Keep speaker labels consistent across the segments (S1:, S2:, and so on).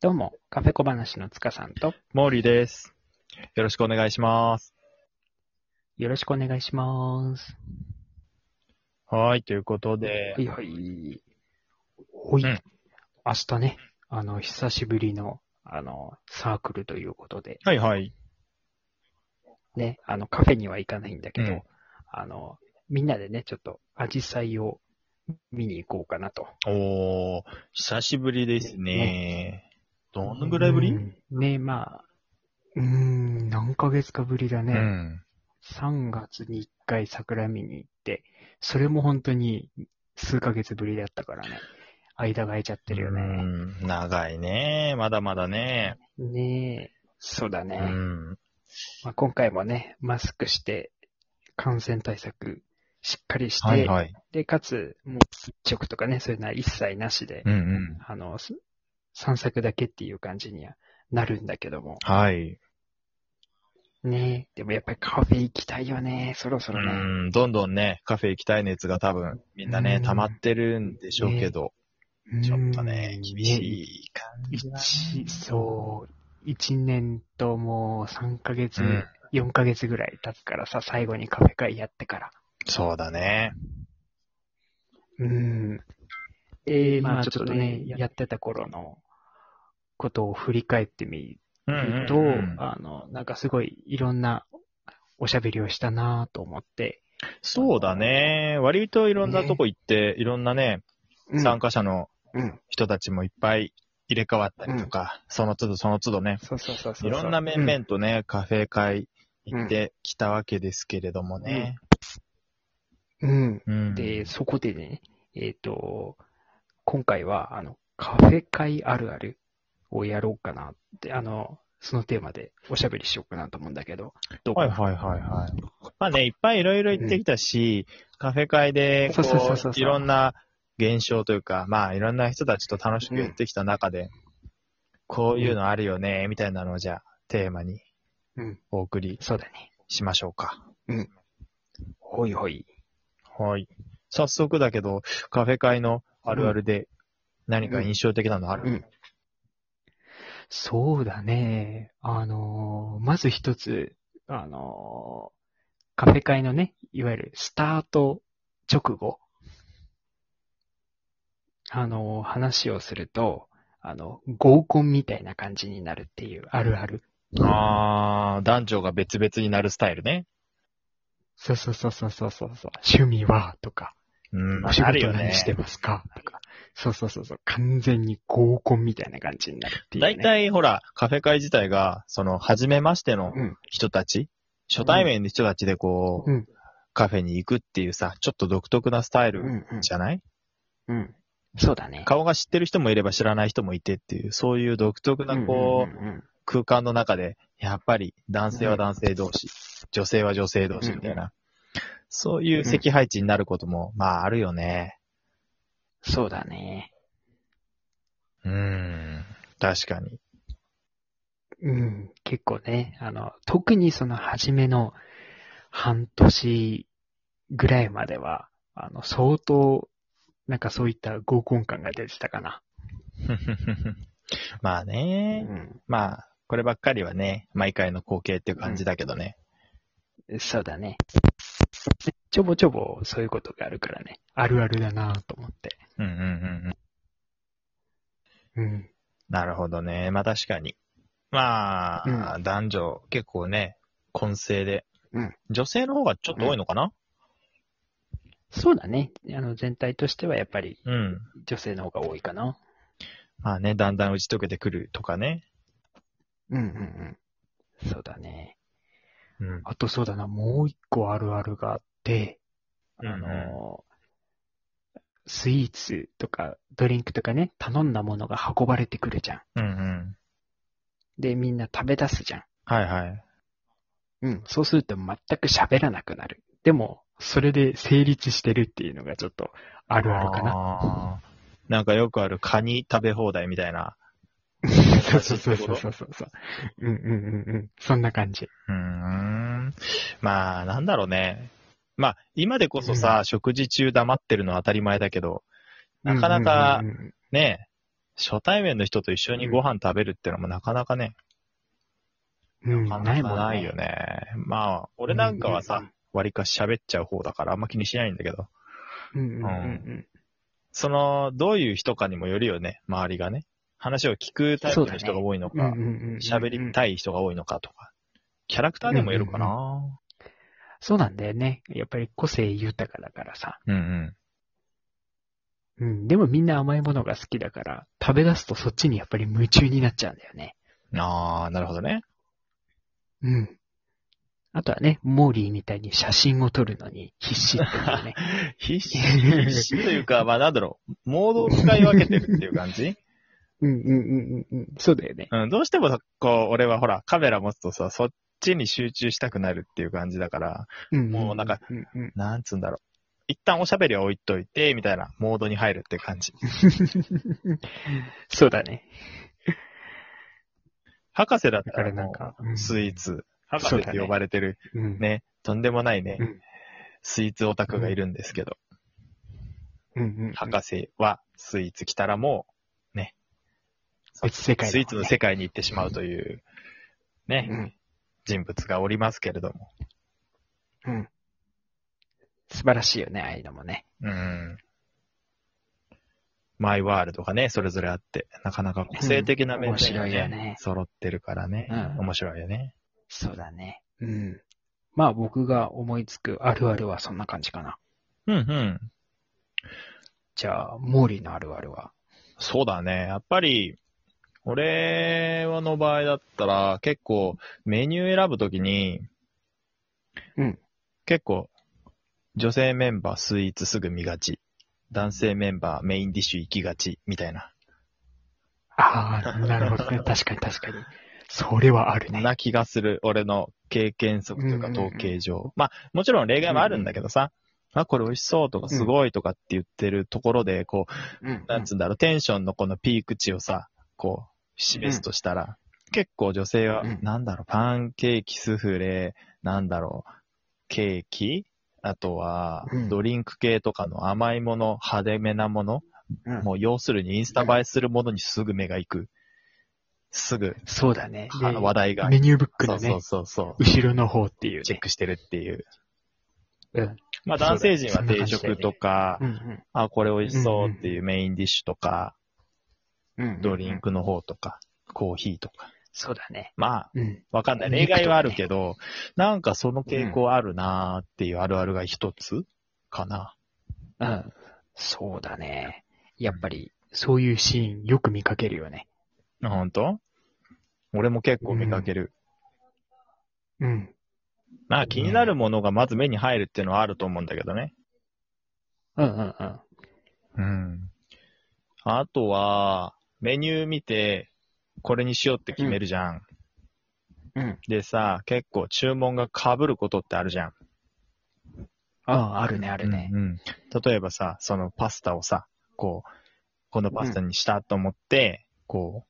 S1: どうも、カフェ小話の塚さんと、
S2: モーリーです。よろしくお願いします。
S1: よろしくお願いします。
S2: はい、ということで
S1: は、いはい。ほい。
S2: うん
S1: 明日ね、あの、久しぶりの、あの、サークルということで、
S2: はいはい。
S1: ね、あの、カフェには行かないんだけど、
S2: うん
S1: あの、みんなでね、ちょっと、アジサイを見に行こうかなと。
S2: おー、久しぶりですね。どのぐらいぶり
S1: うんね、まあ、うーん、何ヶ月かぶりだ
S2: う
S1: ね。
S2: ん。
S1: 3月に1回桜見に行って、それも本当に数ヶ月ぶりだったからね。間が空いちゃってるよね。
S2: うん長いね。まだまだね。
S1: ねえ。そうだ
S2: う
S1: ね。
S2: ん。
S1: まあ、今回もね、マスクして、感染対策しっかりして、
S2: はいはい。
S1: で、かつ、もう接触とかね、そういうのは一切なしで、
S2: うんうん。
S1: あの、す散策だけっていう感じにはなるんだけども。
S2: はい。
S1: ねえ。でもやっぱりカフェ行きたいよね。そろそうろね。
S2: ん、どんどんね、カフェ行きたい熱が多分、みんなね
S1: う、ん
S2: 溜まってるんでしょうけど、
S1: うん
S2: ちょっとね、厳し
S1: ね
S2: い感じだね
S1: 一、そう、一年ともう3ヶ月、
S2: うん
S1: 4ヶ月ぐらい経つからさ、最後にカフェ会やってから。
S2: そうだね。
S1: うん。えー、ま
S3: ま
S1: あ
S3: あ
S1: ちょっと
S3: ちょっと、
S1: ね
S3: ね
S1: やってた頃のことを振り返ってみ
S2: うん
S1: ると、あの、なんかすごいいろんなおしゃべりをしたなぁと思って。
S2: そうだね。割といろんなとこ行って、いろんなね、参加者の
S1: うん。
S2: 人たちもいっぱい入れ替わったりとか、その都度その都度ね、
S1: そうそうそうそうそう。
S2: いろんな面々とね、カフェ会行ってきたわけですけれどもね。
S1: うん。うん。
S2: うん。
S1: で、そこでね、えっ、と、今回は、あの、カフェ会あるあるをやろうかなって、あの、そのテーマでおしゃべりしようかなと思うんだけど、どう
S2: はいはいはいはい。まあね、いっぱいいろいろ行ってきたし、カフェ会で、
S1: そ
S2: こ
S1: うそうそうそう
S2: う、いろんな現象というか、まあいろんな人たちと楽しくやってきた中で、こういうのあるよね、みたいなのをじゃあ、テーマに
S1: うん、
S2: お送り
S1: そうだね。
S2: しましょうか。
S1: ほいほい。
S2: はい。早速だけど、カフェ会のあるあるで何か印象的なのある、
S1: うん。そうだね。あのーまず一つ、あのーカフェ会のね、いわゆるスタート直後、あのー話をすると、あの、合コンみたいな感じになるっていう、あるある。
S2: ああ、男女が別々になるスタイルね。
S1: そうそうそうそうそうそうそう。趣味はとか、
S2: うん、
S1: お仕事何してますか、とか。そうそうそうそう。完全に合コンみたいな感じになるっていう、ね。
S2: 大体ほら、カフェ会自体が、その、初めましての
S1: うん。
S2: 人たち、初対面の人たちでこう、
S1: うん。
S2: カフェに行くっていうさ、ちょっと独特なスタイ
S1: う
S2: ル
S1: ん。うん
S2: じゃない、
S1: うん。そうだね。
S2: 顔が知ってる人もいれば知らない人もいてっていう、そういう独特なこう、
S1: うんうんうんうん
S2: 空間の中で、やっぱり男性は男性同士、女性は女性同士みたいな、そういう席配置になることも、まああるよね。
S1: そうだね。
S2: うん。確かに。
S1: うん。結構ね、あの、特にその初めの半年ぐらいまでは、あの、相当、なんかそういった合コン感が出てたかな。
S2: まあ
S1: う
S2: ね、
S1: ん。
S2: まあ、こればっかりはね、毎回の光景っていう感じだけどね。
S1: そうだね。ちょぼちょぼそういうことがあるからね。あるあるだなぁと思って。
S2: うんうんうんうん。
S1: うん。
S2: なるほどね。まあ確かに。まあ、男女結構ね、混成で、
S1: うん
S2: 女性の方がちょっと多いのかな、
S1: そうだね。あの、全体としてはやっぱり
S2: うん。
S1: 女性の方が多いかな。
S2: まあね、だんだん打ち解けてくるとかね。
S1: うんうんうん。そうだね。
S2: うん。
S1: あとそうだな、もう一個あるあるがあって、あの、
S2: うん
S1: スイーツとかドリンクとかね、頼んだものが運ばれてくるじゃん。
S2: うんうん。
S1: で、みんな食べ出すじゃん。
S2: はいはい。
S1: うん。そうすると全く喋らなくなる。でも、それで成立してるっていうのがちょっとあるあるかな。
S2: な。なんかよくあるカニ食べ放題みたいな。
S1: そうそうそうそうそうそうそう。うんうんうんうん。そんな感じ。
S2: うーん。まあ、なんだろうね。まあ、今でこそさ、食事中黙ってるのは当たり前だけど、なかなか
S1: うんうんうんうん
S2: ね、初対面の人と一緒にご飯食べるってのもなかなかね、
S1: うん、
S2: なか
S1: な
S2: ないか
S1: もん、ね。
S2: ないよね。まあ、俺なんかはさ、割りかし喋っちゃう方だからあんま気にしないんだけど、
S1: うんうんうんうん
S2: その、どういう人かにもよるよね、周りがね。話を聞くタイプの人が多いの
S1: うんうん
S2: か
S1: う、んうんうん。
S2: 喋、りたい人が多いのかとか。キャラクターにもよるかな。
S1: そうなんだよね。やっぱり個性豊かだからさ。
S2: うんうん。
S1: うん。でもみんな甘いものが好きだから、食べ出すとそっちにやっぱり夢中になっちゃうんだよね。
S2: ああ、なるほどね。
S1: うん。あとはね、モーリーみたいに写真を撮るのに必死っていうね。
S2: 必死、必死というか、まあなんだろう、モードを使い分けてるっていう 感じ
S1: うんうんうんうんうん。そうだよね。
S2: うん、どうしてもこう、俺はほら、カメラ持つとさ、そっちに集中したくなるっていう感じだから、
S1: うん。
S2: もうなんか、
S1: うんうん。
S2: なんつうんだろう。一旦おしゃべりは置いといて、みたいな、モードに入るって感じ。
S1: そうだね。
S2: 博士だっ
S1: だ
S2: た
S1: から
S2: ら
S1: な
S2: なんん
S1: か
S2: か、、
S1: うん
S2: スイーツ、博士
S1: そう
S2: っ
S1: だ
S2: て
S1: ね
S2: 呼ばれてる、
S1: うん
S2: ね、とんでもないね、
S1: うん
S2: スイーツオタクがいるんですけど、
S1: うんうんうん。
S2: 博士はスイーツ来たらも
S1: 別世
S2: う、
S1: 界だ
S2: ス
S1: もんね
S2: イーツの世界に行ってしまうという、ね、
S1: うん
S2: 人物がおりますけれども。
S1: うん。素晴らしいよね、ああいうのもね。
S2: うん。マイワールドがね、それぞれあって、なかなか個性的な
S1: うん
S2: 面々が
S1: 面白いよね
S2: 揃ってるからね、
S1: うん
S2: 面白いよね。
S1: そうだね。うん。まあ僕が思いつくあるあるはそんな感じかな。
S2: うんうん。
S1: じゃあ、モーリーのあるあるは。
S2: そうだね。やっぱり、俺の場合だったら、結構メニュー選ぶときに、
S1: うん
S2: 結構、女性メンバースイーツすぐ見がち。男性メンバーメインディッシュ行きがち、みたいな。
S1: ああ、なるほどね。確かに確かに。それはあるね。
S2: な気がする、俺の経験則というか
S1: うんうんうん
S2: 統計上。まあ、もちろん例外もあるんだけどさ、あ、これ美味しそうとかすごいとかって言ってるところで、こう、
S1: うん
S2: なんつうんだろう、テンションのこのピーク値をさ、こう、示すとしたら、結構女性は
S1: うん、
S2: なんだろう、パンケーキ、スフレ、なんだろう、ケーキあとは
S1: うん、
S2: ドリンク系とかの甘いもの、派手めなもの、
S1: うん
S2: もう要するにインスタ映えするものにすぐ目が行く。すぐ、
S1: そうだね。で
S2: あの話題が
S1: メニューブック
S2: そ
S1: の
S2: うそ
S1: ね
S2: う、そうそう。
S1: 後ろの方っていう
S2: チェッ
S1: ね。
S2: クしてるっていう。
S1: うん。
S2: まあ
S1: そうだ
S2: 男性陣は定食とか、
S1: うん
S2: あ、これ美味しそうっていうメインディッシュとか、
S1: うん。
S2: ドリン。クの方とか、コーヒーとか。
S1: そうだね。
S2: まあ、
S1: うん。
S2: わかんない。例外はあるけど、なんかその傾向あるなーっていうあるあるが一つかな。
S1: うん。そうだね。やっぱり、そういうシーンよく見かけるよね。
S2: あほんと俺も結構見かける。
S1: うん。
S2: まあ気になるものがまず目に入るっていうのはあると思うんだけどね。
S1: うんうんうん。
S2: うん。あとは、メニュー見て、これにしようって決めるじゃん。
S1: うん。
S2: でさ、結構注文が被ることってあるじゃん。
S1: ああ、あるね、あるね。
S2: うんうん例えばさ、そのパスタをさ、こう、このパスタにしたと思って、こ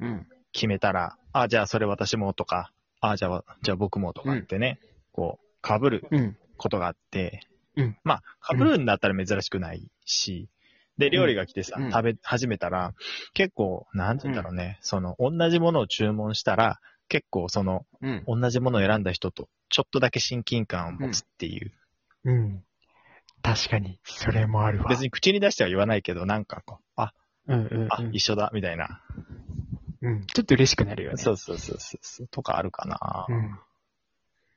S2: う、
S1: うん。
S2: 決めたら、あ、じゃあそれ私もとか、あ、じゃあ、じゃあ僕もとかってね、こう、被る
S1: うん。
S2: ことがあって、
S1: うん
S2: まあ、被るんだったら珍しくないし、で、料理が来てさ、
S1: うん
S2: 食べ始めたら、結構、なんて言うんだろうね、その、同じものを注文したら、結構その、
S1: うん。
S2: 同じものを選んだ人と、ちょっとだけ親近感を持つっていう。
S1: うん。確かに、それもあるわ。
S2: 別に口に出しては言わないけど、なんかこう、あ、
S1: うんうん、
S2: あ
S1: う、ん
S2: 一緒だ、みたいな。
S1: うん。ちょっと嬉しくなるよね。
S2: そうそうそうそう。とかあるかな。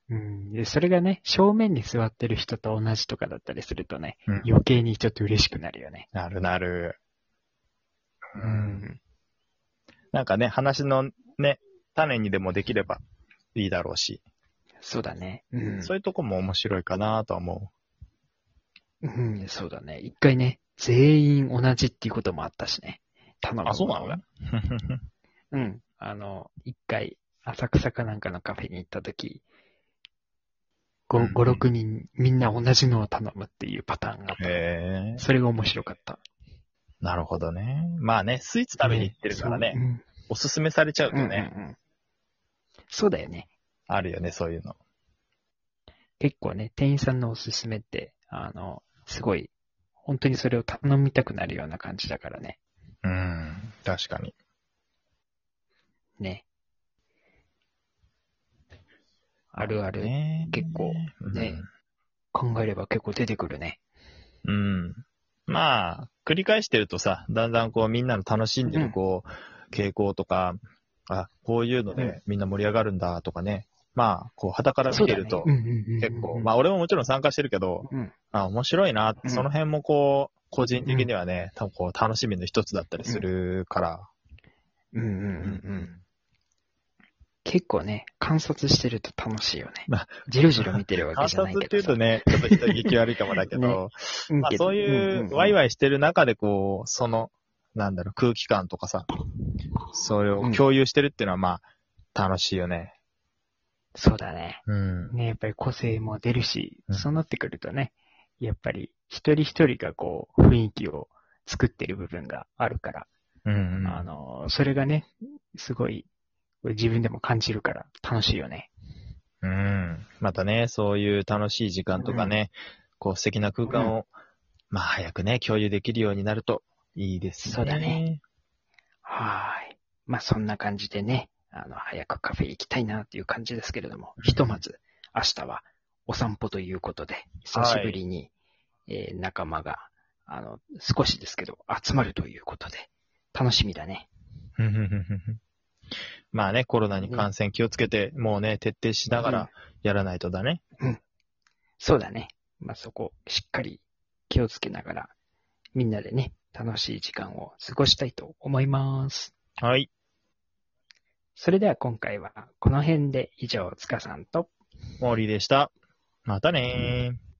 S1: うん。うん。で、それがね、正面に座ってる人と同じとかだったりするとね、
S2: うん
S1: 余計にちょっと嬉しくなるよね。
S2: なるなる。
S1: う
S2: う。。
S1: ん
S2: なんかね、話のね、種にでもできればいいだろうし、
S1: そうだね。うん。
S2: そういうとこも面白いかなとは思
S1: うん、そうだね。一回ね、全員同じっていうこともあったしね。頼む
S2: う。あ、そうなの
S1: ね。うん。あの、一回、浅草かなんかのカフェに行ったとき、
S2: うん
S1: 5、
S2: うん
S1: 6人、みんな同じのを頼むっていうパターンがあっ
S2: へえ
S1: た。。それが面白かった。
S2: なるほどね。まあね、スイーツ食べに行ってるからね、
S1: ね
S2: おすすめされちゃう
S1: そ
S2: と
S1: ううん。
S2: ね、
S1: うんうんうんそうだよね。
S2: あるよね、そういうの。
S1: 結構ね、店員さんのおすすめって、あの、すごい、本当にそれを頼みたくなるような感じだからね。
S2: うん。確かに。
S1: ね。あるある。
S2: ね
S1: 結構ね考えれば結構出てくるね。
S2: うん。うん。まあ、繰り返してるとさ、だんだんこうみんなの楽しんでるこう、傾向とか、あ、こういうの
S1: うん
S2: でみんな盛り上がるんだとかね。まあ、こう、肌から
S1: そ
S2: 見
S1: うだ
S2: て
S1: ね
S2: ると
S1: うん、うんうんうん
S2: 結構、まあ俺ももちろん参加してるけど、
S1: うん
S2: あ、面白いなっ
S1: う
S2: て、
S1: ん
S2: その辺もこう、個人的にはね、多分こう、楽しみの一つだったりするから。
S1: うんうんうんうん。結構ね、観察してると楽しいよね。
S2: まあ
S1: じろじろ見てるわけ
S2: 観
S1: じゃな
S2: 察
S1: いけ
S2: ってい
S1: どさ。
S2: うとね、ちょっと人聞き悪いかもだけ
S1: ね
S2: ど、まあそういう、ワイ
S1: イ。
S2: ワイしてる中でこう、その、なんだろう、空気感とかさ、それを共有してるっていうのはまあ、楽しいよね。
S1: そうだね。
S2: うん。
S1: ね、やっぱり個性も出るし、
S2: うん
S1: そうなってくるとね、やっぱり一人一人がこう、雰囲気を作ってる部分があるから、
S2: うん、うん。
S1: あの、それがね、すごい、自分でも感じるから楽しいよね。
S2: うん。またね、そういう楽しい時間とかね、こう素敵な空間を、まあ早くね、共有できるようになるといいですね。
S1: そうだね。はーい。まあそんな感じでね、あの、早くカフェ行きたいなっていう感じですけれども、ひとまず明日はお散歩ということで、久しぶりに、えー仲間が、あの、少しですけど、集まるということで、楽しみだね。
S2: ふんふんふんふんふ んまあね、コロナに感染気をつけて、もうね、徹底しなが
S1: うん
S2: らやらないとだね。
S1: そうだね。まあそこ、しっかり気をつけながら、みんなでね、楽しい時間を過ごしたいと思います。
S2: はい。
S1: それでは今回はこの辺で以上、塚さんと
S2: 森でした。またねー。